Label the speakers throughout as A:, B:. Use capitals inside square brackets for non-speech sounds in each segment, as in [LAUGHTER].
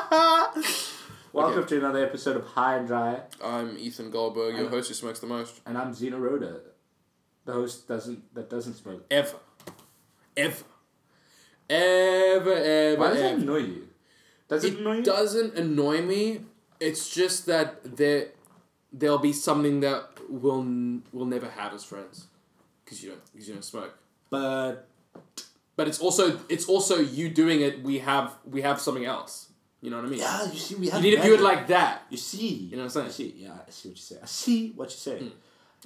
A: [LAUGHS]
B: Welcome
A: Okay.
B: to another episode of High and Dry,
A: I'm Ethan Goldberg, your
B: I'm-
A: host who smokes the most.
B: and I'm Zeno Roda, the host doesn't that doesn't smoke.
A: Ever. Ever. Ever, ever,
B: Why does that
A: ever.
B: annoy you? Does it, annoy you?
A: It doesn't annoy me. It's just that there, there'll be something that we'll, n- we'll never have as friends. Because you, don't- 'cause you don't smoke.
B: But
A: But it's also it's also you doing it. We have we have something else. You know what I mean?
B: yeah, you see, we
A: You
B: have.
A: need to view it
B: magic.
A: like that.
B: you see. You
A: know what I'm saying?
B: I see. Yeah, I see what you say. I Hmm. see what you say.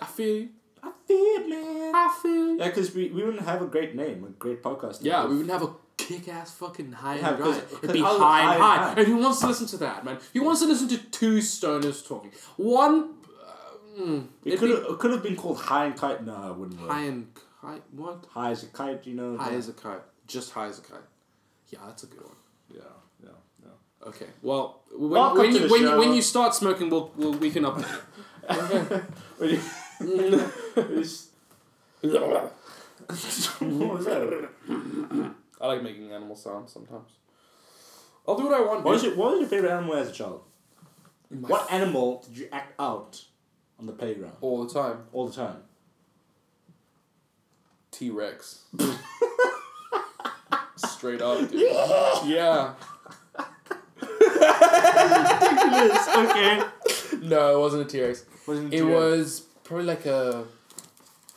A: I feel. you.
B: I feel it, man.
A: I feel.
B: Yeah, because we, we wouldn't have a great name, a great podcast. name
A: Yeah,
B: if-
A: we wouldn't have a kick ass fucking high
B: Yeah,
A: and dry.
B: 'cause-
A: It'd be
B: 'cause
A: high and
B: high and
A: high.
B: high.
A: And who wants to listen to that, man? Who wants to listen to two stoners talking? One. Uh, mm,
B: It
A: it'd
B: could
A: be
B: have it could have been called High and Kite. No, it wouldn't work.
A: high and kite. What?
B: High as a kite, you know.
A: High
B: yeah.
A: as a kite. Just high as a kite. Yeah, that's a good one.
B: Yeah, yeah, yeah. [LAUGHS]
A: Okay. Well, when,
B: Welcome
A: when
B: to
A: you
B: the
A: when you, when
B: show.
A: you start smoking, we'll, we'll we can update.
B: When you- [LAUGHS] it's-
A: you.
B: what was that?
A: [LAUGHS] I like making animal sounds sometimes. I'll do what I want.
B: What was
A: dude.
B: your, what was your favorite animal as a child?
A: My
B: What animal did you act out on the playground
A: all the time.
B: all the time?
A: T Rex. [LAUGHS] Straight up, dude. [LAUGHS] yeah.
B: okay.
A: No, it wasn't a T Rex.
B: Wasn't
A: It
B: too-
A: was probably like a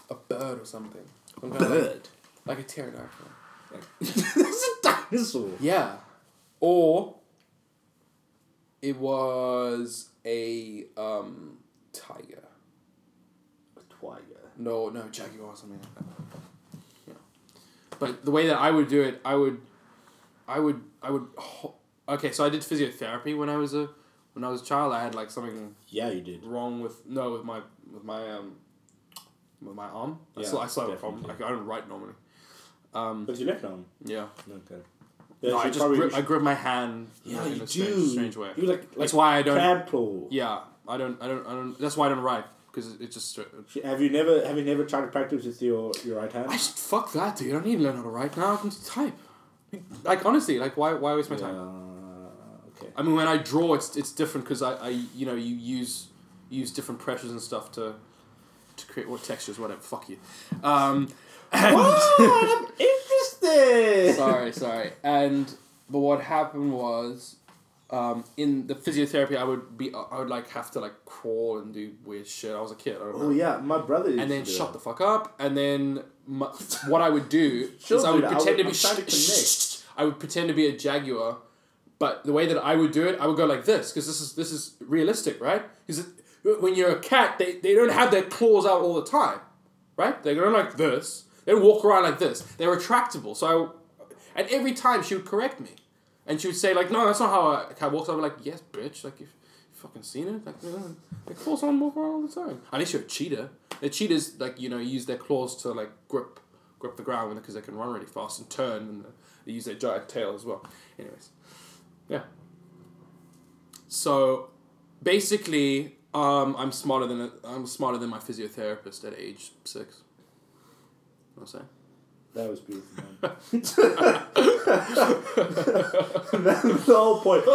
A: a bird or something. Some kind of like-
B: [LAUGHS]
A: like, a pterodactyl.
B: That's a dinosaur.
A: Yeah. Or it was a um tiger.
B: A tiger.
A: No, no, Jaguar or something like that. Yeah. But the way that I would do it, I would, I would, I would. ho- Okay, so I did physiotherapy when I was a, when I was a child. I had like something
B: Yeah, you did.
A: wrong with no with my with my um, with my arm. I
B: Yeah,
A: still, I still have a problem. Like,
B: definitely.
A: I don't write normally. Um.
B: But you left arm.
A: Yeah.
B: Okay.
A: No,
B: so
A: I
B: you
A: just
B: probably-
A: grip, I grip my hand.
B: yeah,
A: in
B: you
A: a strange,
B: do.
A: strange way.
B: You like like
A: that's why I don't.
B: crab claw.
A: Yeah, I don't. I don't. I don't. That's why I don't write because it's just. str-
B: Have you never have you never tried to practice with your, your right hand?
A: I just fuck that, dude. I don't need to learn how to write now. I can just type. Like honestly, like why why waste my time?
B: Yeah,
A: [LAUGHS]
B: Ah, okay.
A: I mean, when I draw, it's it's different because I, I you know you use use different pressures and stuff to to create what textures whatever. Fuck you. Um, [LAUGHS] and-
B: What? I'm interested.
A: sorry, sorry. And but what happened was, um, in the physiotherapy, I would be I would like have to like crawl and do weird shit. I was a kid. I don't know.
B: Oh yeah, my brother. Used
A: and then
B: to do
A: shut
B: that.
A: the fuck up. And then my, what I would
B: [LAUGHS]
A: do is I
B: Children,
A: would
B: I
A: pretend
B: would- I'm
A: to
B: trying
A: be.
B: to
A: Shh, shh, shh. I would pretend to be a jaguar, but the way that I would do it, I would go like this because this is this is realistic, right? Because when you're a cat, they, they don't have their claws out all the time, right? They go like this. They don't walk around like this. They're retractable. So, I, and every time she would correct me, and she would say like, "No, that's not how a cat walks." I'd be like, "Yes, bitch. Like if." fucking seen it. Like, uh, their claws on walk around all the time. Unless you're a cheetah. The cheetahs, like, you know, use their claws to, like, grip grip the ground because they can run really fast and turn and uh, they use their giant tail as well. Anyways. Yeah. So, basically, um, I'm smarter than a, I'm smarter than my physiotherapist at age six. I'll say.
B: That was beautiful.
A: [LAUGHS]
B: [LAUGHS] Man. That's the whole point. I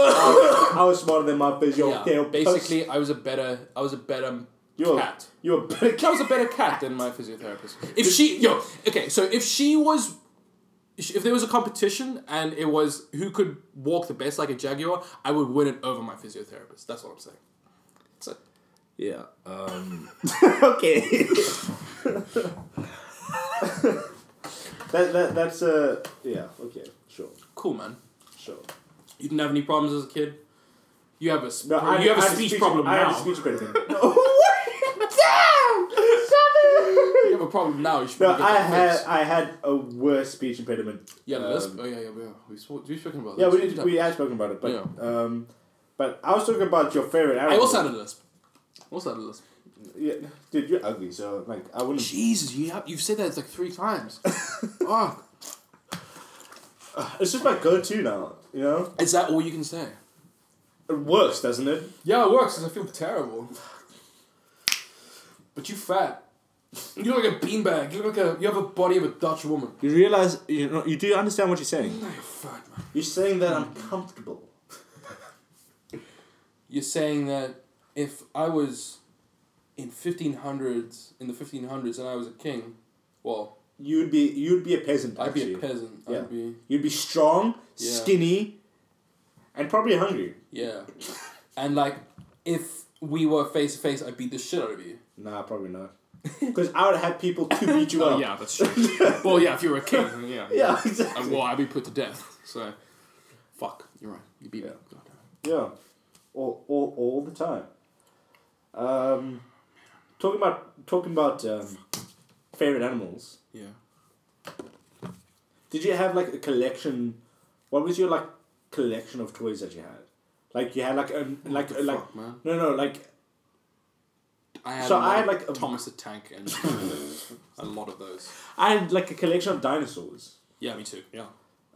B: was, I was smarter than my
A: Yeah.
B: physiotherapist.
A: Basically, I was a better I was a better
B: you were
A: cat.
B: you were better
A: That was a better cat than my physiotherapist. If she, yo, okay, so if she was, if there was a competition and it was who could walk the best like a jaguar, I would win it over my physiotherapist. That's what I'm saying. So,
B: Yeah. Um. [LAUGHS] okay. that, that that's uh yeah okay sure
A: cool, man.
B: sure.
A: You didn't have any problems as a kid. You have a sp-
B: No, I
A: you
B: I
A: have
B: a
A: a speech problem
B: I had
A: now.
B: a
A: [LAUGHS]
B: speech problem. Damn!
A: You have a problem now. You should
B: No,
A: probably get
B: I
A: that
B: had
A: fixed.
B: I had a worse speech impediment.
A: Yeah, no, that's,
B: Um,
A: oh yeah, yeah, yeah. We spoke, we've spoken about
B: yeah,
A: this.
B: we did, we had spoken about it, but
A: Yeah.
B: um, but I was talking about your favorite animal.
A: I also had a lisp. I Also had a lisp.
B: yeah, dude, you're ugly, so like I wouldn't.
A: Jesus, you have, you've said that like three
B: [LAUGHS]
A: times. Fuck.
B: It's just my go-to now. You know,
A: Is that all you can say?
B: it works, doesn't it?
A: Yeah, it works because I feel terrible. But you fat. You look like a beanbag. You look like a. You have a body of a Dutch woman.
B: You realize you know you do understand what you're saying.
A: No, you're fat, man.
B: You're saying that I'm comfortable.
A: you're saying that if I was in 1500s, in the 1500s, and I was a king, well,
B: You'd be you'd be a peasant.
A: I'd be
B: actually.
A: a peasant.
B: Yeah.
A: I'd be,
B: You'd be strong,
A: Yeah.
B: skinny, and probably hungry.
A: yeah. And like, if we were face to face, I'd beat the shit out of you.
B: Nah, probably [LAUGHS] not. Because I would have people to beat you
A: Oh,
B: up.
A: yeah, that's [LAUGHS] true. well, yeah, if you were a king, then [LAUGHS] yeah.
B: Yeah, [LAUGHS]
A: I,
B: exactly.
A: well, I'd be put to death. So, fuck, you're right. You beat me. God damn it.
B: Yeah, all, all, all the time. Um, talking about talking about um, favorite animals.
A: Yeah.
B: Did you have like a collection? What was your like collection of toys that you had? Like you had like a like
A: the
B: like
A: fuck, man?
B: no no like
A: I had
B: So
A: a lot
B: I had,
A: of
B: like, a-
A: Thomas the Tank
B: [LAUGHS]
A: and a lot of those.
B: I had like a collection of dinosaurs.
A: Yeah, me too. Yeah.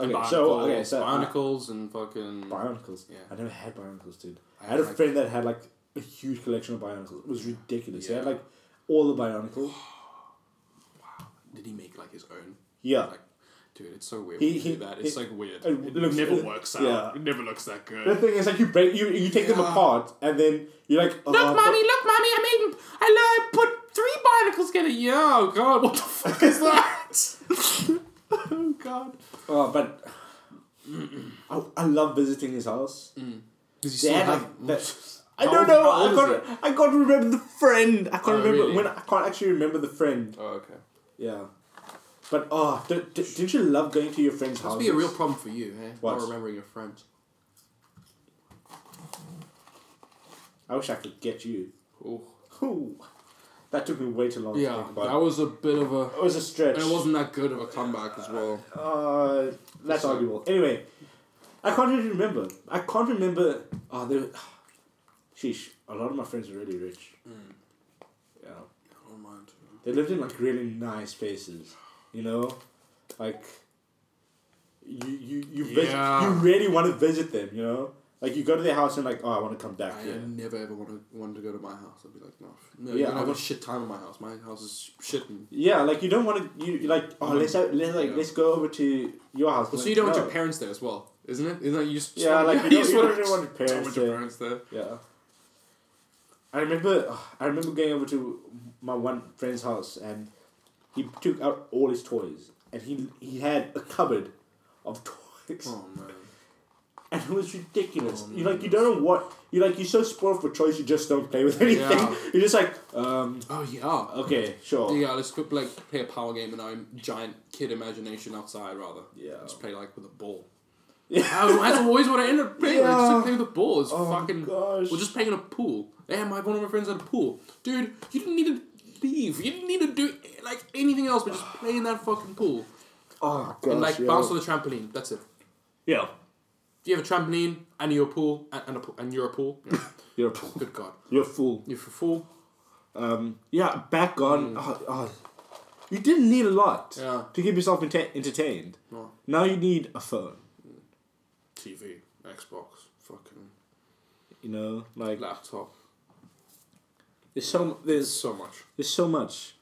B: Okay,
A: Barnacles,
B: so okay, so uh, I-
A: barnacles and fucking.
B: Bionicles.
A: Yeah.
B: I never had Bionicles, dude. I
A: I
B: had a
A: like-
B: friend that had like a huge collection of Bionicles. It was ridiculous. He
A: Yeah.
B: had like all
A: [SIGHS]
B: the Bionicles.
A: did he make like his own?
B: Yeah.
A: Like, dude, it's so weird.
B: He-
A: He, he,
B: he-
A: do that. It's
B: he-
A: like weird.
B: it
A: It,
B: looks-
A: never
B: it-
A: works out.
B: yeah.
A: It never looks that
B: The
A: good.
B: thing is, like you break, you, you take them
A: Yeah.
B: apart, and then you're like, oh,
A: Look,
B: I've
A: mommy! Look, mommy! I made. I, I put three barnacles together. Yeah. Oh god! [LAUGHS] What the fuck is that? oh god.
B: got- oh, but I, I love visiting his house.
A: Does he
B: They
A: still
B: had,
A: have?
B: like, the-
A: [LAUGHS]
B: I
A: Mm. How old-
B: don't know.
A: how
B: I
A: old is
B: can't. I can't remember the friend. I can't
A: Oh,
B: remember
A: really?
B: when. I can't actually remember the friend.
A: oh okay.
B: Yeah, but oh, d- d- didn't you love going to your friend's house?
A: Must be a real problem for you, eh?
B: What?
A: Not remembering your friends.
B: I wish I could get you.
A: Oh.
B: Ooh. That took me way too long to
A: Yeah, Oh,
B: think about.
A: that was a bit of a.
B: It was a stretch.
A: And it wasn't that good of a comeback as well.
B: Uh, that's
A: So-
B: arguable. Anyway, I can't really remember. I can't remember. Oh, they. were- Sheesh, a lot of my friends were really rich.
A: Mm.
B: Yeah,
A: Oh, mind.
B: they lived in like really nice places. You know, like. You you you visit,
A: Yeah.
B: you really want to visit them. You know, like you go to their house and like, oh, I want to come back
A: I
B: here.
A: never ever wanted, wanted to go to my house. I'd be like, no. No,
B: Yeah,
A: you're gonna
B: I
A: have a
B: would-
A: shit time in my house. My house is shit. And...
B: Yeah, like you don't want to. You you like oh let's have, let's like
A: Yeah.
B: let's go over to your house.
A: Well, so
B: Like,
A: you don't want
B: no.
A: your parents there as well, isn't it? Isn't it you just [LAUGHS]
B: Yeah, like, you
A: you,
B: don't-
A: just
B: you
A: wanna-
B: don't really want your
A: [LAUGHS] don't
B: parents
A: want your
B: there.
A: parents there.
B: Yeah. I remember I remember going over to my one friend's house and he took out all his toys and he he had a cupboard of toys
A: Oh man.
B: and it was ridiculous.
A: Oh,
B: you like you don't know what you like you're so spoiled for choice you just don't play with anything.
A: Yeah.
B: [LAUGHS] You're just like um
A: Oh yeah.
B: okay sure
A: Yeah, let's go, like play a power game in our giant kid imagination outside rather.
B: Yeah.
A: Just play like with a ball.
B: yeah.
A: Oh, that's always what I end up playing. I just
B: Yeah.
A: like, play with the ball. It's
B: Oh,
A: fucking.
B: gosh.
A: We're just playing in a pool. Yeah, my one of my friends had a pool. Dude, you didn't need to leave. You didn't need to do like anything else but just play in that fucking pool
B: Oh gosh.
A: and like
B: yeah.
A: bounce on the trampoline. That's it.
B: yeah.
A: If you have a trampoline and you're a pool and, and, a, pool, and you're a pool,
B: [LAUGHS]
A: yeah.
B: You're a fool.
A: good god,
B: You're a fool.
A: you're a fool.
B: Um, yeah, back on. Oh, oh. You didn't need a lot
A: Mm. Yeah.
B: to keep yourself enta- entertained.
A: No.
B: Now you need a phone.
A: TV, Xbox, fucking
B: You know, like
A: laptop.
B: there's so there's
A: So much.
B: there's so much.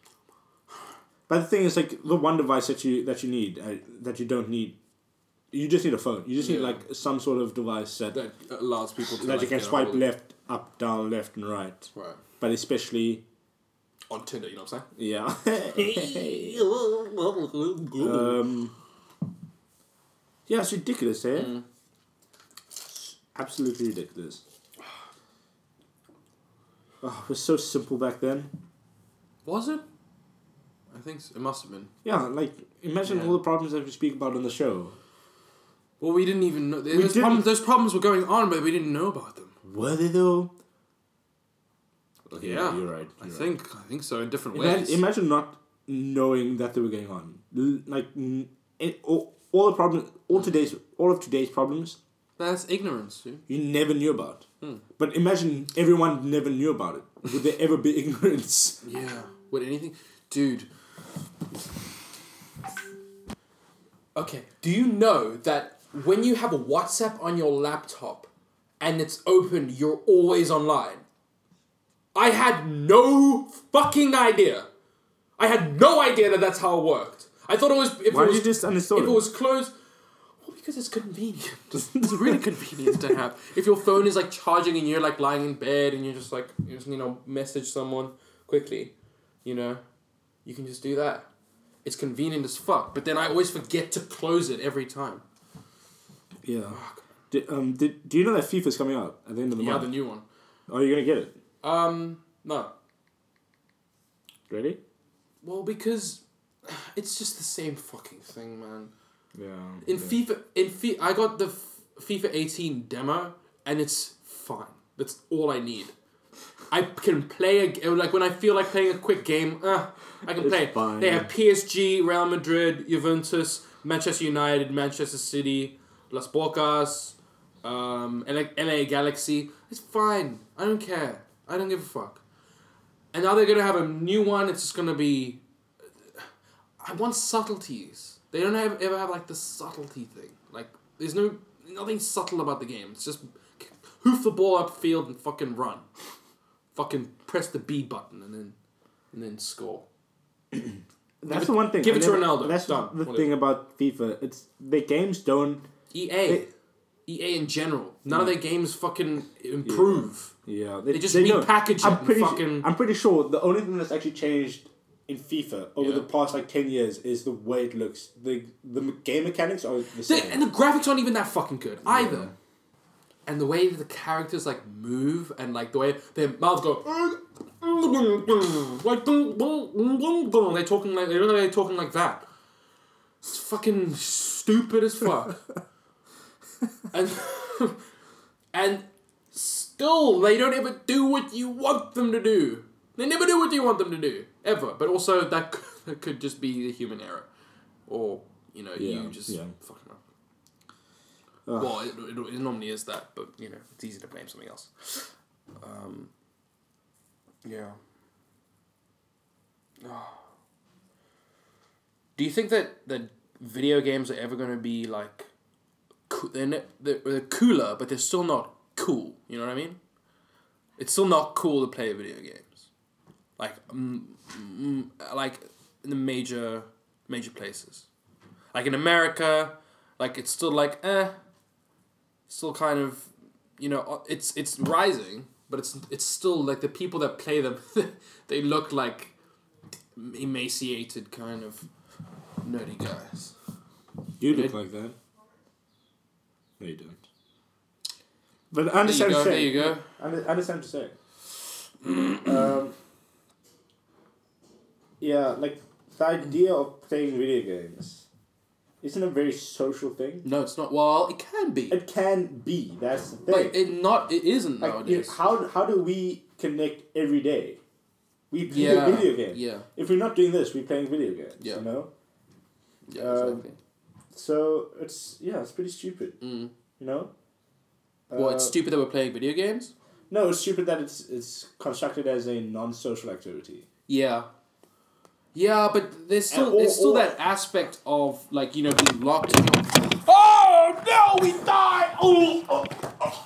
B: But the thing is, like the one device that you that you need uh, that you don't need, you just need a phone. You just need
A: Yeah.
B: like some sort of device that that,
A: That allows people to like,
B: you can
A: get a
B: swipe
A: hold-
B: left, up, down, left, and right.
A: Right.
B: But especially,
A: On Tinder, you know what I'm saying?
B: yeah. [LAUGHS]
A: um,
B: Um, yeah, it's ridiculous, eh?
A: Mm.
B: It's Absolutely ridiculous. Oh, it was so simple back then.
A: [LAUGHS] was it? I think so. it must have been.
B: Yeah, like imagine
A: Yeah.
B: all the problems that we speak about on the show.
A: Well, we didn't even know. Those,
B: didn't-
A: Problems, those problems were going on, but we didn't know about them.
B: Were they though? Okay,
A: Yeah,
B: you're right.
A: I
B: you're right.
A: think I think so in different
B: Ima-
A: ways.
B: imagine not knowing that they were going on. L- like n- it, all, all the problems, all today's, all of today's problems,
A: That's ignorance, dude.
B: you never knew about.
A: Hmm.
B: But imagine everyone never knew about it. Would there ever be [LAUGHS] ignorance?
A: Yeah. Would anything, dude? Okay. Do you know that when you have a WhatsApp on your laptop and it's open, you're always online? I had no fucking idea. I had no idea that that's how it worked. I thought it was. If
B: Why
A: it
B: did
A: was,
B: you just understand
A: If
B: it?
A: it was closed, well, because it's convenient. [LAUGHS] it's really convenient to have. If your phone is like charging and you're like lying in bed and you're just like you just you know message someone quickly, you know, you can just do that. It's convenient as fuck. But then I always forget to close it every time.
B: Yeah. Did, um, did, do you know that FIFA's coming out at the end of the
A: Yeah, the
B: month?
A: new one.
B: Are you going to get it?
A: Um, no.
B: Ready?
A: Well, because [SIGHS] it's just the same fucking thing, man.
B: Yeah.
A: In FIFA, in FIFA, I got the F- FIFA 18 demo, and it's fine. That's all I need. I can play a g- like when I feel like playing a quick game. Uh, I can
B: It's
A: play. it.
B: fine.
A: They have PSG, Real Madrid, Juventus, Manchester United, Manchester City, Las Bocas, um, LA, LA Galaxy. It's fine. I don't care. I don't give a fuck. And now they're gonna have a new one. It's just gonna be. I want subtleties. They don't have, ever have like the subtlety thing. Like there's no nothing subtle about the game. It's just hoof the ball upfield and fucking run, fucking press the B button and then and then score.
B: That's the one thing.
A: give it
B: I
A: to
B: never-
A: Ronaldo.
B: That's
A: Done.
B: the
A: Whatever.
B: thing about FIFA. It's the games don't.
A: EA,
B: It-
A: EA E in general, none of their games fucking improve.
B: Yeah, they,
A: They just
B: don't.
A: repackage it
B: I'm
A: and
B: pretty su-
A: fucking-
B: I'm pretty sure the only thing that's actually changed in FIFA over
A: Yeah.
B: the past like ten years is the way it looks. the The m- game mechanics are the
A: The-
B: same.
A: and the graphics aren't even that fucking good either. And the way that the characters like move and like the way their mouths go, like they're talking like they're talking like that. It's fucking stupid as fuck. and [LAUGHS] and still they don't ever do what you want them to do. They never do what you want them to do ever. But also that could, [LAUGHS] that could just be the human error, or you know
B: Yeah,
A: you just
B: yeah.
A: fucking up.
B: Ugh.
A: Well, it, it, it normally is that, but you know it's easy to blame something else. Um, yeah. Ah. Do you think that that video games are ever going to be like coo- they're, ne- they're they're cooler, but they're still not cool. You know what I mean? It's still not cool to play video games, like mm, mm, like in the major major places, like in America, like it's still like eh, still kind of, you know, uh, it's it's rising, but it's it's still like the people that play them, [LAUGHS] they look like emaciated kind of nerdy guys.
B: you
A: look
B: like that. No, you don't. But I understand.
A: there you go.
B: what
A: There you
B: you're
A: go.
B: saying. I under- I understand what you're saying. um, yeah, like the idea of playing video games isn't a very social thing.
A: No, it's not. Well, it can be.
B: It can be. That's the thing.
A: But it not it isn't
B: Like, you-
A: nowadays.
B: how how do we connect every day? We play
A: yeah,
B: a video game.
A: Yeah,
B: If we're not doing this, we're playing video games.
A: Yeah.
B: You know.
A: yeah,
B: Um,
A: exactly.
B: So it's yeah, it's pretty stupid.
A: Mm.
B: You know.
A: well, it's
B: Uh,
A: stupid that we're playing video games.
B: no, it's stupid that it's it's constructed as a non-social activity.
A: Yeah, yeah, but there's still
B: Uh, or-
A: there's still
B: or-
A: that aspect of like you know being locked. In your,
B: Oh no, we died! Oh,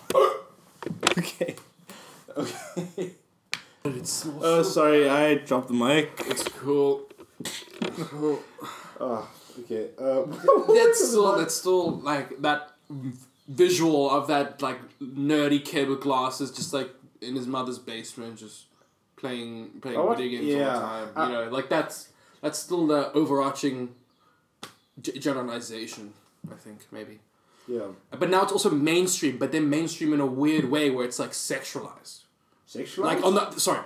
B: [LAUGHS] Okay. [LAUGHS] Okay.
A: but it's
B: Oh, sorry, I dropped the mic.
A: it's cool.
B: [LAUGHS] Oh, okay. Uh, [LAUGHS]
A: that's still that's still like that visual of that like nerdy kid with glasses just like in his mother's basement just playing playing
B: I want-
A: video games
B: yeah,
A: all the time
B: I-
A: you know like that's that's still the overarching g- generalization i think maybe
B: yeah.
A: but now it's also mainstream but then mainstream in a weird way where it's like sexualized
B: Sexual.
A: like on the sorry,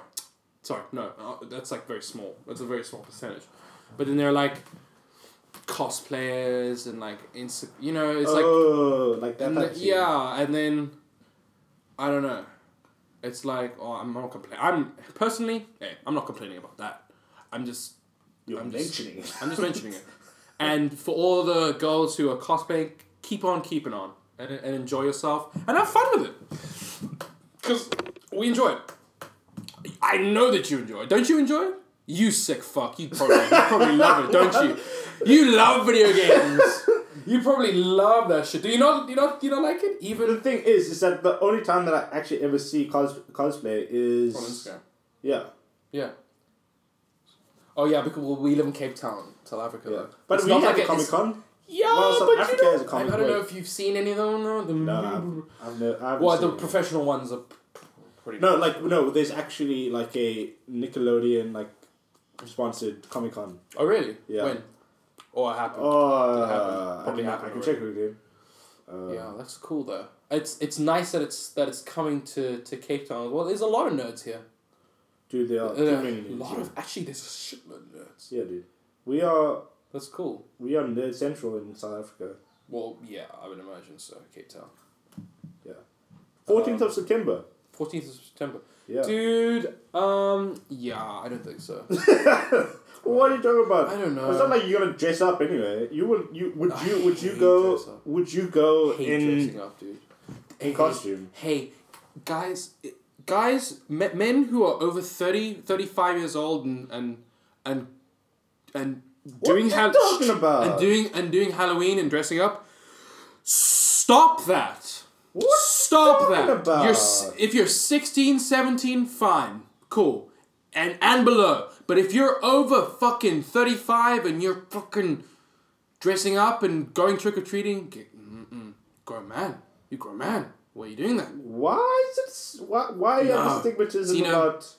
A: sorry, no, uh, that's like very small. That's a very small percentage. But then there are like cosplayers and like insta, you know, it's like
B: oh, like, that.
A: and
B: type
A: the-
B: of thing.
A: yeah, and then I don't know. It's like oh, I'm not complaining. I'm personally, hey, I'm not complaining about that. I'm just
B: You're
A: I'm just-
B: mentioning [LAUGHS] it.
A: I'm just mentioning it. And for all the girls who are cosplaying, keep on keeping on and, and enjoy yourself and have fun with it. Because we enjoy it. I know that you enjoy it. Don't you enjoy it? You sick fuck. You probably, you probably love it, don't you? You love video games. You probably love that shit. Do you not? Do you not? Do you not like it?
B: The
A: Even
B: thing is, is that the only time that I actually ever see cos- cosplay is
A: on Instagram.
B: Yeah,
A: Yeah. Oh yeah, because well, we live in Cape Town, South Africa.
B: yeah.
A: though.
B: But
A: It's
B: we
A: not
B: had
A: like
B: a
A: it-
B: Comic
A: it's-
B: Con.
A: Yeah,
B: Well, South
A: but
B: Africa
A: you know,
B: has a
A: I,
B: common
A: I don't
B: word.
A: know if you've seen any of them. No, the, [LAUGHS]
B: No, I've, I've no. I haven't
A: well, the
B: seen it.
A: professional ones are p- pretty.
B: No, like no. There's actually like a Nickelodeon like sponsored Comic Con.
A: Oh really?
B: Yeah.
A: When? Or happened?
B: Oh,
A: happened. Probably
B: I, can, I
A: happened
B: can check with you. Uh,
A: yeah, that's cool though. It's it's nice that it's that it's coming to, to Cape Town. Well, there's a lot of nerds here.
B: dude, there are
A: Uh,
B: too
A: a
B: many nerds.
A: lot
B: here.
A: of actually, there's a shitload of nerds.
B: yeah, dude. We are
A: That's cool.
B: we are nerd central in South Africa.
A: Well, yeah, I would imagine so. Cape Town,
B: Fourteenth of September.
A: fourteenth of September.
B: Yeah.
A: Dude, um, yeah, I don't think
B: [LAUGHS]
A: so.
B: what are you talking about?
A: I don't know.
B: It's not like you're gonna dress up anyway. You would you would
A: I
B: you would you
A: hate dress
B: go
A: up.
B: would you go
A: hate
B: in
A: dressing up, dude.
B: in costume?
A: Hey, guys, guys, me- men who are over 30, 35 years old and and and and doing
B: you
A: Hall-
B: talking about?
A: and doing and doing Halloween and dressing up. Stop that.
B: What you
A: Stop
B: talking
A: that.
B: about?
A: You're s- if you're 16, 17, fine. Cool. And and below. But if you're over fucking 35 and you're fucking dressing up and going trick or treating, get mm-mm. grown man. You grown man. Why are you doing that?
B: Why is it? s- Why why are
A: No.
B: the stigmatism
A: Zeno.
B: about?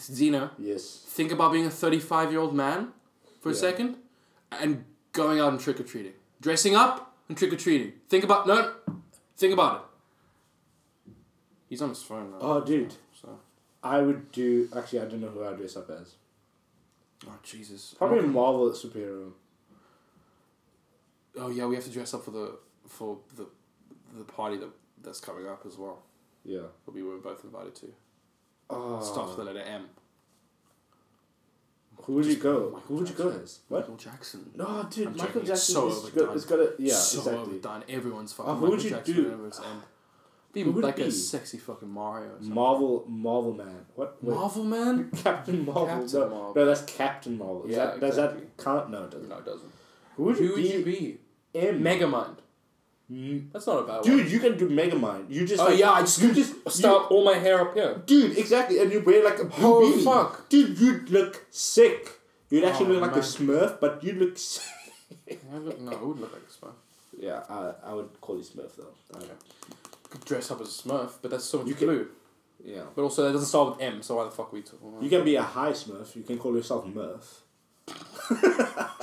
A: Zeno,
B: Yes.
A: think about being a 35 year old man for a
B: Yeah.
A: second and going out and trick or treating. Dressing up and trick or treating. Think about no think about it. He's on his phone now.
B: Oh, dude.
A: So
B: I would do. Actually, I don't know who I'd dress up as.
A: Oh Jesus.
B: Probably a Marvel superhero.
A: Oh yeah, we have to dress up for the for the the party that that's coming up as well.
B: Yeah.
A: That we were both invited to.
B: Oh.
A: Starts with the letter M.
B: Who would you go?
A: Michael
B: Who would you go
A: Jackson.
B: as? What?
A: Michael Jackson.
B: No, dude.
A: I'm
B: Michael
A: joking, it's
B: Jackson
A: so
B: is
A: overdone.
B: got. It's got a yeah.
A: so
B: exactly.
A: overdone. Everyone's fucking
B: Oh, who
A: Michael
B: would you
A: Jackson
B: do?
A: whenever it's M. Be
B: Who would it
A: like a
B: be?
A: sexy fucking Mario. Or something.
B: Marvel, Marvel man. What? Wait.
A: Marvel man?
B: Captain Marvel.
A: Captain
B: no,
A: Marvel.
B: no, that's Captain Marvel. Is
A: Yeah,
B: that, Does that
A: exactly.
B: count? No, it doesn't.
A: No, it doesn't.
B: Who would
A: Who
B: you
A: would
B: be?
A: you be?
B: in
A: Megamind.
B: Mm.
A: That's not a bad one.
B: Dude, you can do Megamind. You just.
A: Oh
B: like,
A: yeah, I just
B: you
A: [LAUGHS]
B: just
A: start all my hair up here.
B: you- dude, exactly, and you wear like a blue
A: Holy
B: beanie.
A: Oh, fuck.
B: Dude, you'd look sick. You'd actually
A: Oh,
B: look like
A: man.
B: a Smurf, but you'd look. [LAUGHS] sick.
A: I look- no, it would look like a Smurf.
B: Yeah, I, I would call you Smurf though. I-
A: Okay. Could dress up as a Smurf, but that's so much
B: You can-
A: blue.
B: Yeah.
A: But also, that doesn't start with M, so why the fuck we talking?
B: You can be a high Smurf. You can call yourself Murph.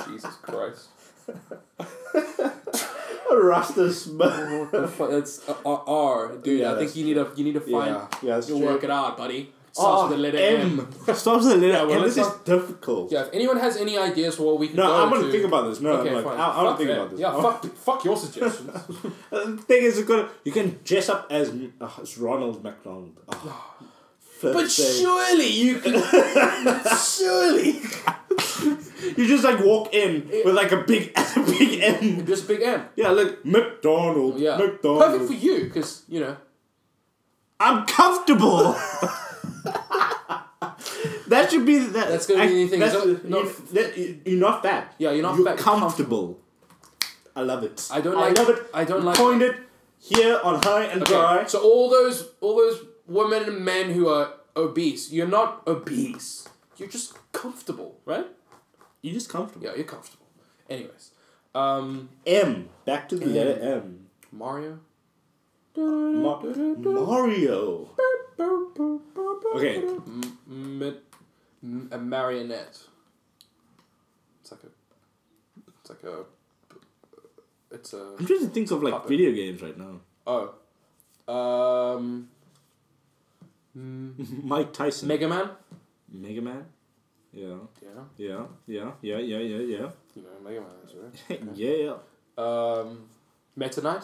A: Jesus Christ.
B: A Rasta
A: [LAUGHS]
B: Smurf.
A: What the fuck? That's a- a- R, dude.
B: Yeah,
A: I think
B: that's
A: you need a you need to find.
B: Yeah, yeah, that's
A: You'll
B: true.
A: work it out, buddy. Starts
B: Oh,
A: with the letter M.
B: M. [LAUGHS] Starts with the letter
A: Yeah, well,
B: M. This is
A: let's
B: difficult.
A: Yeah, if anyone has any ideas for what we could
B: No,
A: go
B: I'm gonna
A: to-
B: think about this. No,
A: okay,
B: I'm like,
A: fine.
B: I, I
A: Fuck
B: don't think
A: them.
B: about this. Oh.
A: Yeah,
B: I'm-
A: fuck, fuck your
B: [LAUGHS]
A: suggestions.
B: Uh, The thing is, you gotta- you can dress up as uh, as Ronald McDonald. Oh,
A: but surely you
B: [LAUGHS]
A: can. surely.
B: you just like walk in with like a big, [LAUGHS] a big M.
A: Just big M.
B: Yeah, look, McDonald.
A: Yeah.
B: McDonald.
A: Perfect for you, because, you know.
B: I'm comfortable. that should be that.
A: That's gonna be the thing.
B: That's,
A: It's
B: you,
A: not-
B: that, you, you're not fat.
A: Yeah, you're not
B: you're
A: fat, you're
B: Comfortable. I love it.
A: I don't
B: I
A: like-
B: love it.
A: I don't
B: You
A: like-
B: Coined it here on high and
A: Okay,
B: dry.
A: So all those all those women and men who are obese, you're not obese. You're just comfortable, right?
B: you're just comfortable.
A: Yeah, you're comfortable. Anyways, um,
B: M. Back to the letter M.
A: Mario.
B: Ma- Mario. Okay.
A: M- mi- m- a marionette. It's like a. It's like a. It's a.
B: I'm trying to think of like
A: Puppet.
B: video games right now. [LAUGHS]
A: Oh. Um.
B: Mm-hmm.
A: M-
B: Mike Tyson.
A: Mega Man.
B: Mega Man. Yeah.
A: Yeah.
B: Yeah. Yeah. Yeah. Yeah. Yeah. [LAUGHS]
A: You know Mega Man, is right.
B: Yeah. yeah.
A: Um, Meta Knight?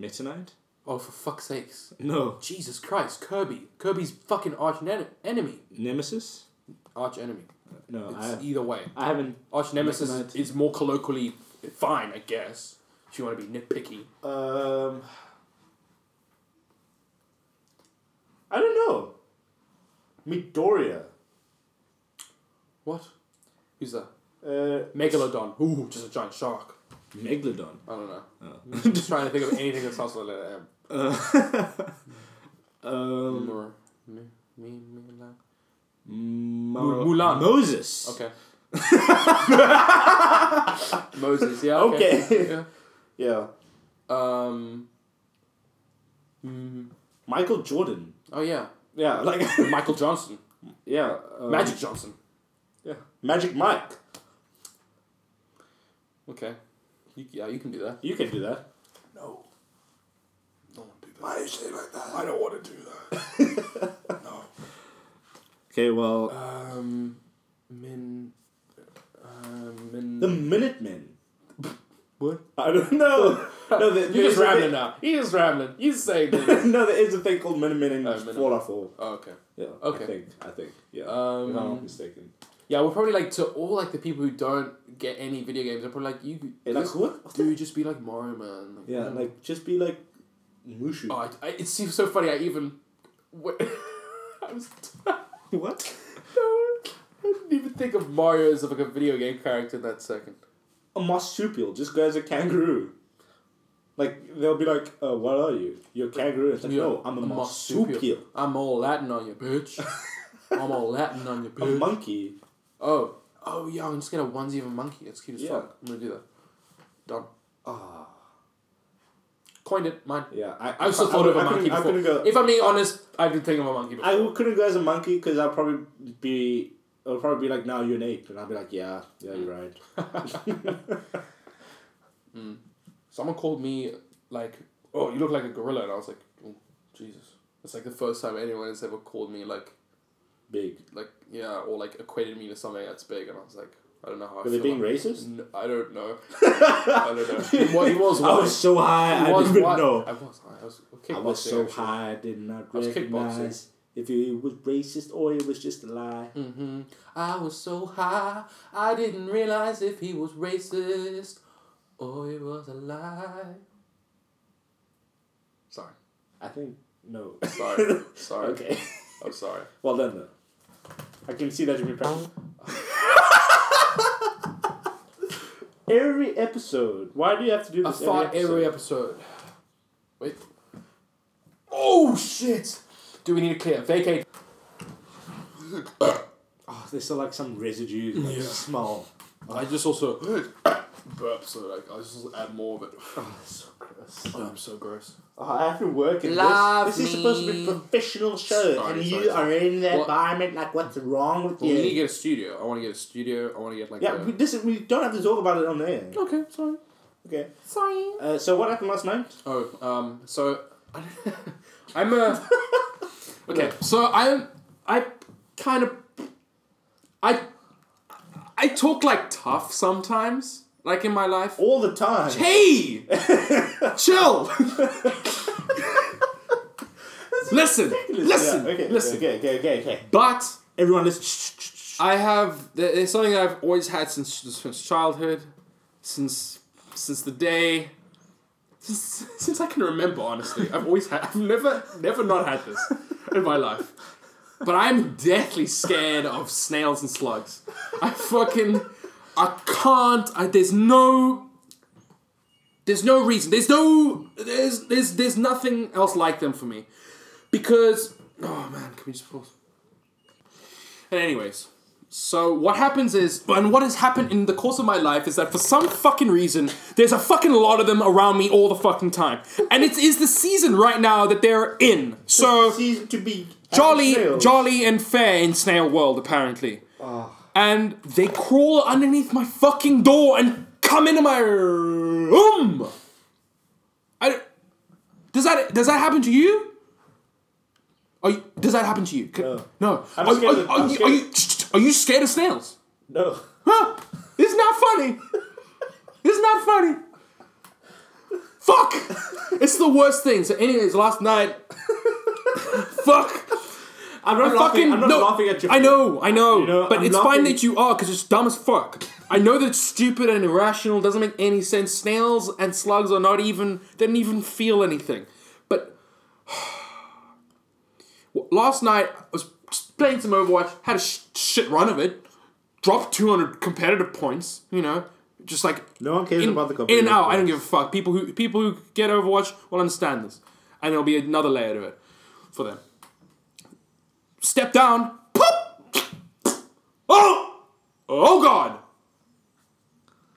B: Meta Knight?
A: Oh, for fuck's sakes.
B: No.
A: Jesus Christ, Kirby. Kirby's fucking arch ne- enemy.
B: Nemesis?
A: Arch enemy.
B: No.
A: It's
B: I,
A: either way.
B: I haven't.
A: Arch nemesis
B: Meta
A: is,
B: Knight.
A: is more colloquially fine, I guess. If you want to be nitpicky.
B: Um. I don't know. Midoriya.
A: What? Who's that?
B: Uh,
A: Megalodon. Ooh, just a giant shark.
B: [LAUGHS] Megalodon.
A: I don't know.
B: Oh.
A: [LAUGHS] I'm just trying to think of anything that starts with a letter M.
B: Uh, um.
A: Mur- mi- mi- mi- la-
B: Mo-
A: Mulan.
B: Moses.
A: Okay. Moses, yeah. Okay.
B: Okay.
A: Yeah.
B: Yeah.
A: Um, mm,
B: Michael Jordan.
A: oh, yeah.
B: Yeah, like [LAUGHS]
A: Michael Johnson.
B: yeah, um,
A: Magic Johnson.
B: Yeah, Magic Mike.
A: Okay. You, yeah, you can do that.
B: You can do that.
C: No. Don't do that.
B: Why you say like that?
C: I don't want to do that. no.
B: Okay, well,
A: Um, min. Uh, min.
B: the Minutemen.
A: what?
B: I don't [LAUGHS] know. no, the,
A: [LAUGHS] You're just rambling
B: now.
A: now. He's just rambling. He's saying this.
B: [LAUGHS] no, there is a thing called Minutemen in
A: Oh, Minutemen.
B: Fallout Four.
A: oh, okay.
B: Yeah.
A: Okay.
B: I think. I think. Yeah. if I'm
A: Um,
B: not mistaken.
A: Yeah, we're probably like to all like the people who don't get any video games. They're probably like you.
B: Yeah, like what?
A: Dude, just be like Mario Man. Like,
B: Yeah,
A: mm.
B: like just be like Mushu.
A: Oh, I, I, it seems so funny. I even. Wait, [LAUGHS] I was.
B: [LAUGHS]
A: [LAUGHS]
B: what?
A: I didn't even think of Mario as like a video game character in that second.
B: A marsupial. Just go as a kangaroo. Like they'll be like, uh, "What are you? You're a kangaroo." It's like,
A: Yeah,
B: no, I'm a, marsupial.
A: I'm all Latin on you,
B: [LAUGHS]
A: bitch. I'm all Latin on you,
B: A
A: bitch.
B: monkey.
A: oh, oh yeah, I'm just gonna onesie of a monkey. That's cute as
B: Yeah.
A: fuck. I'm gonna do that. Done.
B: Ah.
A: Coined it. Mine.
B: Yeah, I.
A: I also
B: I-
A: thought
B: I
A: of a
B: couldn't-
A: monkey
B: I
A: before.
B: couldn't go.
A: If I'm being honest, I did think of a monkey before.
B: I w- couldn't go as a monkey because I'd probably be. I'll probably be like, now you're an ape, and I'll be like, yeah, yeah, you're
A: Mm.
B: right.
A: Someone called me like, "Oh, you look like a gorilla," and I was like, oh, "Jesus." It's like the first time anyone has ever called me like,
B: Big.
A: like yeah, or like equated me to something that's big, and I was like, I don't know how. I
B: Were they
A: feel
B: being
A: about
B: racist?
A: N- I don't
B: [LAUGHS]
A: know. I don't know. He was, he was
B: I
A: white.
B: was so high,
A: He
B: Oh, I
A: Mm. was
B: didn't
A: white.
B: know.
A: I was high. I was
B: I was so
A: kickboxing, actually.
B: high, I did not
A: I was kickboxing.
B: recognize if it was racist or it was just a lie.
A: Mhm. I was so high, I didn't realize if he was racist or it was a lie. Sorry.
B: I think [LAUGHS] no.
A: [LAUGHS] Sorry. Sorry.
B: okay.
A: I'm sorry.
B: Well done though. I can see that you've been practicing. [LAUGHS] every episode. Why do you have to do
A: I
B: this
A: fought every episode. Wait. Oh shit! Do we need to clear? Vacate.
B: Oh, there's still like some residue, like
A: Yeah.
B: smell.
A: I just also [COUGHS] burp, so like I just add more of it. [SIGHS]
B: Oh, that's so gross.
A: Oh, I'm so gross.
B: Oh, I have to work in
A: Love
B: this. This is supposed to be
A: me.
B: professional show,
A: Sorry,
B: and
A: sorry,
B: you
A: sorry.
B: are in the
A: What-
B: environment. Like, what's wrong with
A: Well,
B: you?
A: We need to get a studio. I want to get a studio. I want to get like.
B: yeah,
A: a-
B: we, this is, we don't have to talk about it on the air.
A: okay. Sorry.
B: Okay.
A: Sorry.
B: Uh, so what happened last night?
A: Oh, um, so [LAUGHS] I'm
B: [LAUGHS]
A: a okay. So I'm I kind of I I talk like tough sometimes, like in my life.
B: All the time.
A: Hey,
B: [LAUGHS]
A: chill. listen, listen,
B: Yeah, okay,
A: listen.
B: Okay, okay, okay, okay.
A: But
B: Everyone, listen. Shh, shh, shh, shh.
A: I have there- there's something that I've always had since since childhood, since since the day, since, since I can remember. Honestly, I've always had. I've never never not had this in my life. But I'm deathly scared of snails and slugs. I fucking I can't. I, there's no. There's no reason. There's no. There's there's there's nothing else like them for me, because oh man, can we just pause? And anyways, so what happens is, and what has happened in the course of my life is that for some fucking reason, there's a fucking lot of them around me all the fucking time, and it is the season right now that they're in. So
B: Season to be
A: jolly,
B: Snails. Ah.
A: jolly and fair in snail world apparently. And they crawl underneath my fucking door and come into my room. I, does that does that happen to you? Are you, does that happen to you? Can-
B: No.
A: no.
B: I'm
A: are,
B: scared
A: are-
B: of-
A: are
B: I'm
A: you,
B: scared.
A: are you- shh, shh, are you scared of snails?
B: No.
A: Huh? It's not funny. It's not funny. Fuck! It's the worst thing. So, anyways, last night. [LAUGHS] Fuck!
B: I'm not
A: I'm
B: laughing.
A: fucking
B: I'm not
A: no,
B: laughing at you.
A: I know, I know,
B: know,
A: but
B: I'm
A: it's fine
B: laughing-
A: that you are because it's dumb as fuck. I know that it's stupid and irrational. Doesn't make any sense. Snails and slugs are not even. They don't even feel anything. But [SIGHS] last night I was playing some Overwatch. Had a sh- shit run of it. Dropped two hundred competitive points. You know, just like
B: No one cares
A: in,
B: about the company.
A: in and out. I don't give a fuck. People who people who get Overwatch will understand this, and there'll be another layer to it for them. Step down. Pop. Oh, Oh god!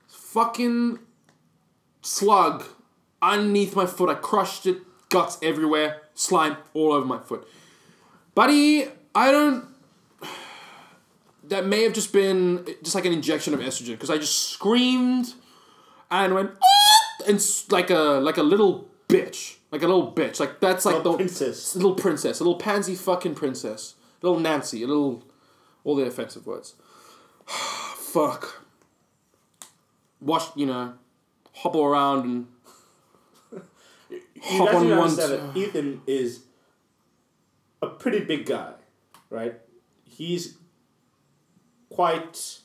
A: Fucking slug underneath my foot. I crushed it, guts everywhere, slime all over my foot. Buddy, I don't. [SIGHS] That may have just been just like an injection of estrogen because I just screamed and went "Ah!" and s- like a like a little bitch, like a little bitch, like that's like
B: Little
A: the
B: princess.
A: little princess, a little pansy fucking princess, little Nancy, a little all the offensive words. Fuck. Wash, you know, hobble around and
B: You
A: Hop
B: guys
A: on
B: need to
A: one
B: understand that Ethan is a pretty big guy, right? He's quite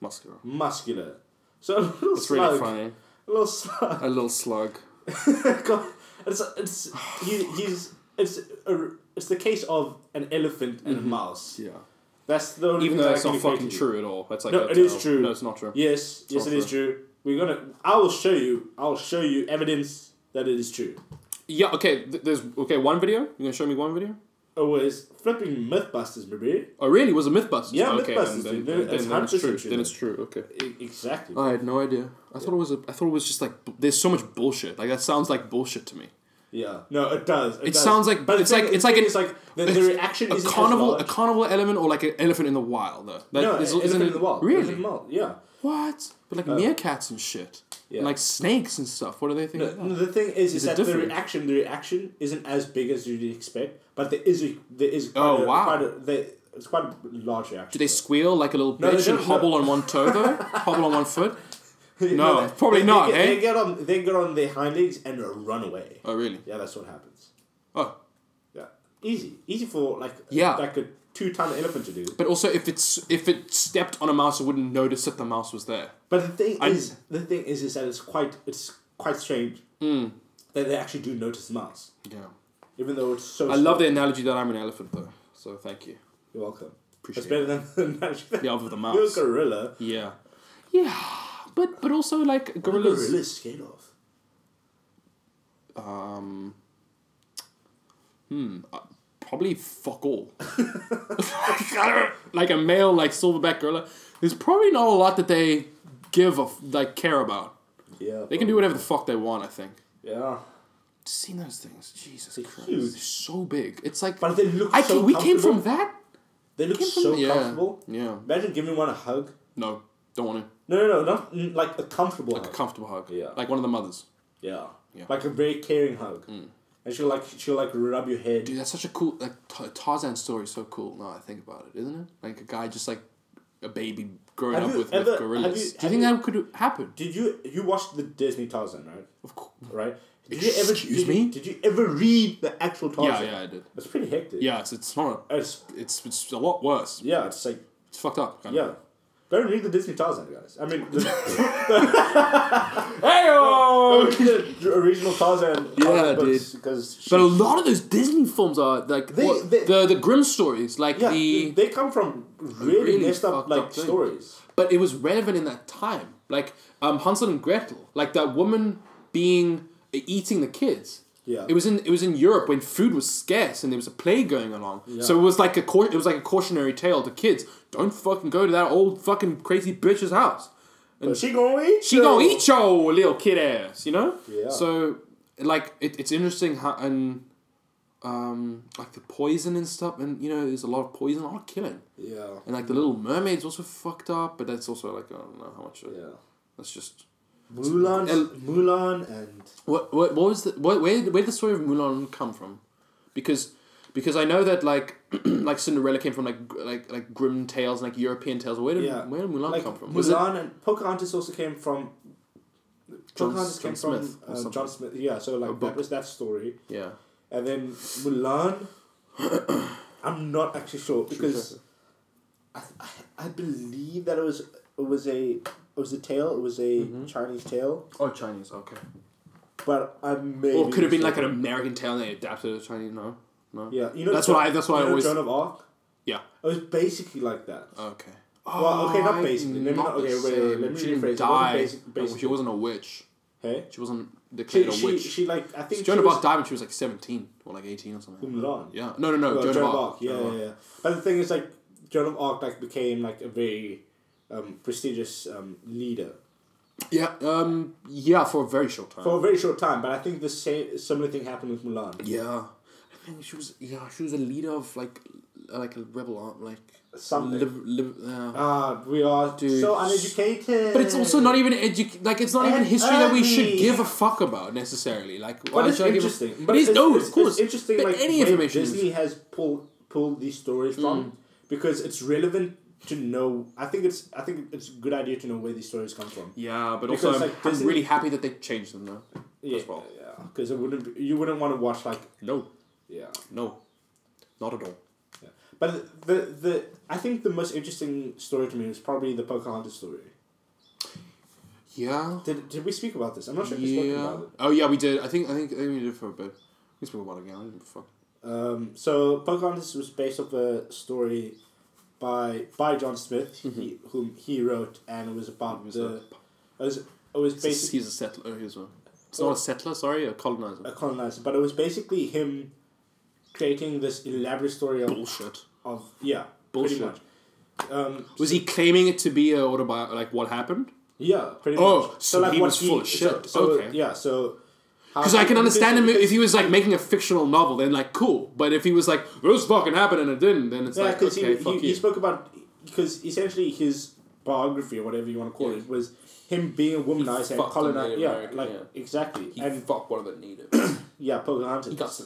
A: muscular.
B: muscular. So a little
A: It's really
B: slug,
A: funny.
B: a little slug.
A: A little slug.
B: God, it's it's he, he's it's a, it's the case of an elephant and a mouse.
A: Mm-hmm. Yeah.
B: That's the only
A: Even
B: thing
A: though
B: I
A: that's
B: can
A: not
B: equate
A: fucking
B: to.
A: true at all. That's like
B: No,
A: a-
B: it is
A: uh,
B: true.
A: No, it's not true.
B: Yes, yes,
A: not
B: it is true. We're gonna. I will show you. I will show you evidence that it is true.
A: Yeah. Okay. th- There's okay. One video. You gonna show me one video?
B: Oh, it's flipping MythBusters, baby.
A: Oh, really? It was a MythBusters.
B: Yeah,
A: okay,
B: Mythbusters,
A: Then,
B: dude.
A: then,
B: It's
A: then, then it's
B: 100%
A: true.
B: true,
A: Then
B: though.
A: it's true. Okay.
B: E- exactly.
A: I had no idea. I thought it was a. I thought it was just like b- there's so much bullshit. Like that sounds like bullshit to me.
B: Yeah. No, it does. It,
A: It
B: does.
A: sounds like-
B: the
A: it's
B: thing-
A: like-
B: the
A: it's like
B: thing
A: an-
B: is like the, the reaction
A: a
B: is
A: carnival, a carnival element, or like an elephant in the wild, though. That
B: no,
A: is-
B: elephant
A: isn't
B: in the wild.
A: Really?
B: Elephant in the wild. Yeah.
A: What? But like meerkats and shit,
B: Yeah.
A: and like snakes and stuff. What do they think?
B: No,
A: of that?
B: no, the thing is, is,
A: it
B: that
A: different?
B: the reaction, the reaction isn't as big as you'd expect, but there is, a, there is. Quite
A: Oh,
B: a,
A: wow.
B: Quite a, there, it's quite a large reaction.
A: Do
B: [LAUGHS]
A: they squeal like a little
B: No, they
A: bitch and
B: don't, no.
A: hobble on one toe though?
B: [LAUGHS]
A: hobble on one foot? No,
B: they-
A: probably
B: they,
A: not,
B: They get,
A: eh?
B: they get on, they get on their hind legs and run away.
A: Oh really?
B: Yeah, that's what happens.
A: Oh,
B: Yeah, easy, easy for like
A: Yeah.
B: like a two ton elephant to do.
A: but also if it's if it stepped on a mouse, it wouldn't notice that the mouse was there.
B: But the thing
A: I'm-
B: is, the thing is, is that it's quite it's quite strange
A: Hmm.
B: that they actually do notice mouse,
A: Yeah.
B: even though it's so.
A: I love the analogy that I'm an elephant though. So thank you.
B: You're welcome.
A: Appreciate
B: it's better than [LAUGHS] the
A: Yeah, with the
B: You're a
A: mouse.
B: gorilla.
A: Yeah. Yeah, but but also like gorillas.
B: Gorillas scared off.
A: Um. Hmm. Uh, probably fuck all. [LAUGHS] like a male, like silverback gorilla. There's probably not a lot that they give a f- like care about.
B: Yeah.
A: They can do whatever the fuck they want. I think.
B: Yeah.
A: Just Seen those things? Jesus
B: They're
A: Christ!
B: huge.
A: They're so big. It's like
B: But they look
A: I
B: so
A: ca- we came
B: comfortable.
A: from that.
B: They look
A: Came from-
B: so
A: yeah,
B: comfortable.
A: yeah.
B: Imagine giving one a hug.
A: No, don't want to.
B: No, no, no, not mm, like a comfortable
A: Like a
B: hug.
A: comfortable hug.
B: Yeah.
A: Like one of the mothers.
B: yeah.
A: Yeah. Mm.
B: Like a very caring hug. And she'll like she'll like rub your head.
A: Dude, that's such a cool like T- Tarzan story. is So cool. Now that I think about it, isn't it? Like a guy just like a baby growing
B: Have
A: up
B: you
A: with,
B: ever-
A: with gorillas.
B: have you-
A: Do you think that could happen?
B: Did you you watched the Disney Tarzan, right?
A: Of course.
B: Right? Did you ever
A: Excuse
B: did you-
A: me?
B: did you ever read the actual
A: Yeah,
B: Tarzan?
A: yeah, I did.
B: It's pretty hectic.
A: Yeah, it's it's not.
B: It's
A: It's it's a lot worse.
B: yeah, it's like
A: It's fucked up. Kind
B: yeah. Go and read the Disney Tarzan, guys. I mean, the,
A: [LAUGHS] Of.
B: oh!
A: Hey
B: the original Tarzan.
A: Yeah, dude.
B: Because
A: [LAUGHS] But a lot of those Disney films are like
B: They-
A: what-
B: they-
A: the the Grimm stories, like
B: Yeah,
A: the.
B: they come from really,
A: really
B: messed up
A: fucked
B: like
A: up thing.
B: stories.
A: but it was relevant in that time, like um, Hansel and Gretel, like that woman being uh, eating the kids.
B: Yeah.
A: It was in it was in Europe when food was scarce and there was a plague going along. So it was like a cau- it was like a cautionary tale to kids. Don't fucking go to that old fucking crazy bitch's house.
B: But she gonna eat.
A: She gonna eat your little kid ass, you know?
B: Yeah.
A: So, like, it, it's interesting how, and, um, like the poison and stuff, and, you know, there's a lot of poison, a lot of killing.
B: Yeah.
A: And, like, the Little Mermaid's also fucked up, but that's also, like, I don't know how much.
B: Yeah.
A: That's just.
B: Mulan,
A: El-
B: Mulan, and
A: What, what, what was the. What, where, where did the story of Mulan come from? Because. Because I know that like, [CLEARS THROAT] like Cinderella came from like gr- like like grim tales and like European tales. Where did
B: yeah.
A: where did Mulan
B: Like,
A: come from? Was it
B: Mulan and Pocahontas also came from.
A: John-
B: Pocahontas
A: John
B: came from
A: Smith or
B: uh,
A: something.
B: John Smith. Yeah, so like that
A: book.
B: was that story,
A: yeah?
B: and
A: [COUGHS]
B: then Mulan. I'm not actually sure because I, I, I believe that it was it was a it was a tale it was a
A: Mm-hmm.
B: Chinese tale,
A: Oh, Chinese. Okay.
B: but I may
A: Or
B: be
A: could have been like
B: mistaken.
A: an American tale and they adapted to Chinese. No, no.
B: Yeah, you know
A: That's
B: Jo-
A: why- that's why
B: you
A: I
B: know
A: always-
B: Joan of Arc.
A: Yeah. Oh,
B: It was basically like that.
A: Okay.
B: Well, okay, not basically. Let me
A: Not
B: not- okay,
A: the
B: wait, wait,
A: same.
B: let me
A: she didn't
B: rephrase. It wasn't
A: die.
B: basic-
A: No, she
B: basically.
A: wasn't a witch.
B: Hey,
A: She wasn't declared
B: she
A: a
B: she,
A: witch.
B: she like I think
A: Joan
B: she
A: of Arc
B: was
A: died when she was like seventeen or like eighteen or something.
B: Mulan.
A: Yeah. No, no, no.
B: Well,
A: Joan, of Arc.
B: Yeah,
A: Joan of Arc.
B: yeah, yeah. But the thing is, like Joan of Arc, like became like a very um, prestigious um, leader
A: Yeah, um, yeah, for a very short time.
B: for a very short time. But I think the same similar thing happened with Milan.
A: yeah, I think she was. Yeah, she was a leader of like, like a rebel arm, like uh,
B: Something.
A: Lib, lib, yeah.
B: Ah, we are
A: Dude.
B: so uneducated.
A: But it's also not even edu- like it's not even
B: And
A: history that we should
B: early.
A: give a fuck about necessarily. Like, why
B: But it's
A: should I give a-
B: interesting.
A: But it's,
B: it's,
A: no,
B: it's-
A: of course.
B: It's interesting.
A: But
B: like
A: any
B: where
A: information. is- Mm.
B: Disney has pulled pulled these stories from because it's relevant to know. I think it's I think it's a good idea to know where these stories come from.
A: yeah, but
B: Because,
A: also I'm,
B: like,
A: I'm
B: Disney-
A: really happy that they changed them though.
B: Yeah,
A: As well.
B: Because it wouldn't be- you wouldn't want to watch like
A: No,
B: yeah.
A: no, not at all.
B: yeah. But the the I think the most interesting story to me is probably the Pocahontas story.
A: Yeah,
B: Did, did we speak about this? I'm not sure if we spoke
A: yeah.
B: about it.
A: Oh yeah, we did. I think I think, I think we did for a bit. We spoke about it again. I don't give a fuck.
B: Um, so Pocahontas was based off a story by by John Smith,
A: Mm-hmm.
B: he, whom he wrote, and it was about
A: It was
B: the it was it was
A: It's a-
B: basically
A: he's a settler. Oh, he's a. It's not a settler. Sorry, a colonizer.
B: a colonizer, but it was basically him creating this elaborate story of,
A: Bullshit.
B: of yeah, pretty
A: Bullshit.
B: much. Um,
A: Was he claiming it to be a autobi like what happened?
B: yeah, pretty
A: Oh,
B: much.
A: so he
B: what
A: was full of
B: so-
A: shit.
B: so,
A: Okay.
B: Yeah, so
A: Because I can understand him if he was like making a fictional novel, then like cool. But if he was like this fucking happened and it didn't, then it's
B: Yeah,
A: like
B: because
A: okay,
B: he,
A: fuck
B: he,
A: you.
B: he spoke about because essentially his biography or whatever you want to call
A: Yeah.
B: it was him being a womanizer and
A: fucked
B: colonizer.
A: Native
B: Yeah,
A: American,
B: like
A: yeah.
B: exactly. and
A: fucked one of the natives.
B: yeah, Pocahontas.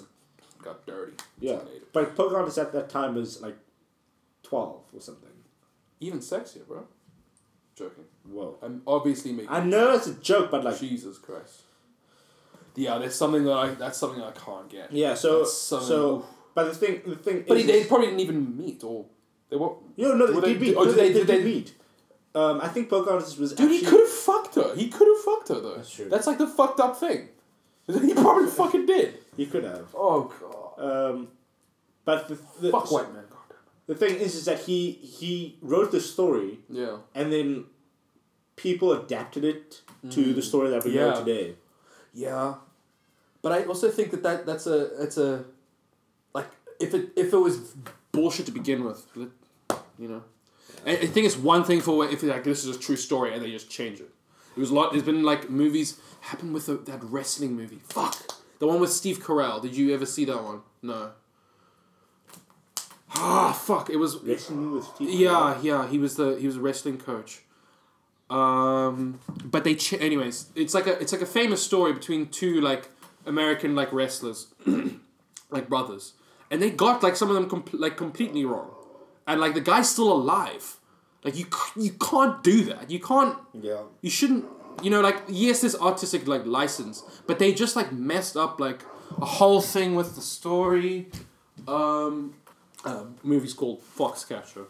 A: got dirty.
B: yeah, but Pocahontas at that time was like twelve or something.
A: even sexier, bro. Joking.
B: Whoa.
A: I'm obviously making.
B: I know it's a joke, but like
A: Jesus Christ. Yeah, there's something that I that's something I can't get.
B: yeah. So
A: That's so-
B: so, but the thing the thing
A: But
B: is,
A: they probably didn't even meet or they were.
B: no
A: Were
B: no they
A: they-
B: did meet.
A: or
B: no,
A: did
B: they,
A: they- did
B: they did
A: they-
B: meet. Um, I think Pocahontas was
A: Dude,
B: actually
A: he could have fucked her. He could have fucked her though.
B: That's true.
A: That's like the fucked up thing. [LAUGHS] He probably fucking did.
B: he could have.
A: Oh god.
B: Um, but the, the
A: Fuck white man. God.
B: the thing is is that he he wrote the story
A: Yeah.
B: and then people adapted it to the story that we
A: Mm. Yeah.
B: know today.
A: Yeah, but I also think that, that that's a that's a like if it if it was bullshit to begin with, let- you know. I, I think it's one thing for if like this is a true story and they just change it. It was a lot. There's been like movies happened with the, that wrestling movie. Fuck the one with Steve Carell. Did you ever see that one? No. Ah fuck! It was
B: Wrestling movie with Steve
A: yeah,
B: Carell.
A: yeah. He was the he was a wrestling coach. Um, but they ch- anyways. It's like a it's like a famous story between two like American like wrestlers, [CLEARS THROAT] like brothers, and they got like some of them com- like completely wrong, and like the guy's still alive. Like you c- you can't do that. You can't.
B: Yeah.
A: You shouldn't. You know, like yes, there's artistic like license, but they just like messed up like a whole thing with the story. Um, uh, movie's called Foxcatcher.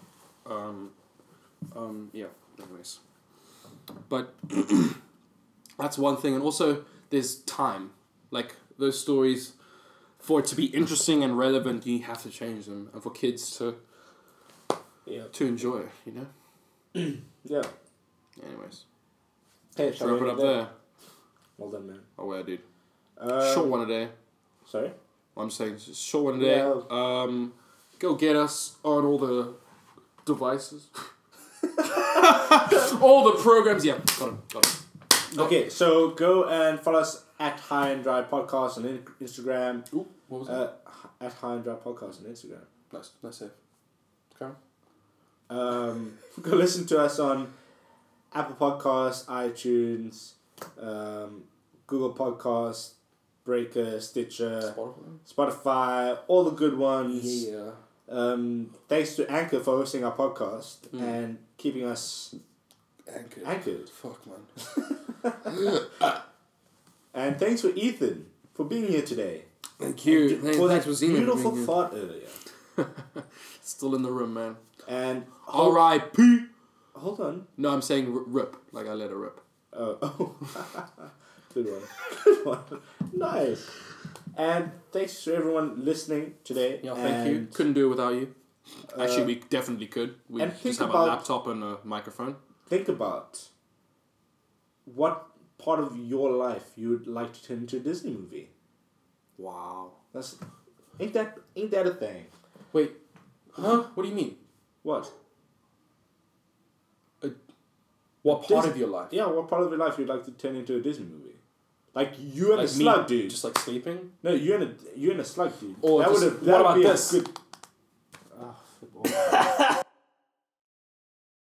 A: Um, um, yeah, anyways. But [CLEARS THROAT] that's one thing, and also there's time. Like those stories, for it to be interesting and relevant, you have to change them, and for kids to
B: Yeah.
A: to enjoy. You know.
B: Yeah.
A: Anyways,
B: Hey, shall we
A: wrap it
B: end
A: up
B: there?
A: there.
B: Well done, man.
A: Oh well, dude.
B: Uh,
A: short one today.
B: Sorry?
A: I'm saying it's just short one today.
B: Yeah.
A: Um, go get us on all the devices, all the programs. Yeah, got 'em, got 'em.
B: Okay, so go and follow us at High and Dry Podcast on in- Instagram.
A: Ooh, what was that?
B: Uh, at High and Dry Podcast on Instagram.
A: Nice, nice save. Karen?
B: Um, [LAUGHS] go listen to us on Apple Podcasts, iTunes, um, Google Podcasts, Breaker, Stitcher,
A: Spotify?
B: Spotify, all the good ones.
A: Yeah. Mm.
B: Um, thanks to Anchor for hosting our podcast and keeping us
C: Anchor.
B: anchored.
C: Fuck, man.
B: And thanks for Ethan for being here today.
A: Thank you. Thank,
B: for
A: thanks
B: that
A: for seeing
B: beautiful
A: me.
B: thought earlier.
A: Still in the room, man.
B: And hold,
A: R.I.P.
B: hold on.
A: No, I'm saying r- rip. Like I let her rip.
B: Oh, [LAUGHS] oh.
A: [LAUGHS]
B: good one. Good one. Nice. And thanks to everyone listening today.
A: Yeah, thank you.
B: and,
A: Couldn't do it without you. Actually, we definitely could. We
B: and think
A: just have
B: about-
A: a laptop and a microphone.
B: Think about what part of your life you would like to turn into a Disney movie.
A: Wow.
B: That's ain't that ain't that a thing?
A: Wait, huh? What do you mean?
B: What?
A: A, What part
B: Dis-
A: of your life?
B: Yeah, what part of your life you'd like to turn into a Disney movie? Like you and a
A: Like me,
B: slug, dude.
A: Just like sleeping.
B: No, you and a you and a slug, dude.
A: Or
B: that
A: just-
B: would have.
A: what
B: That
A: about
B: would be
A: this?
B: A good... Ah, football.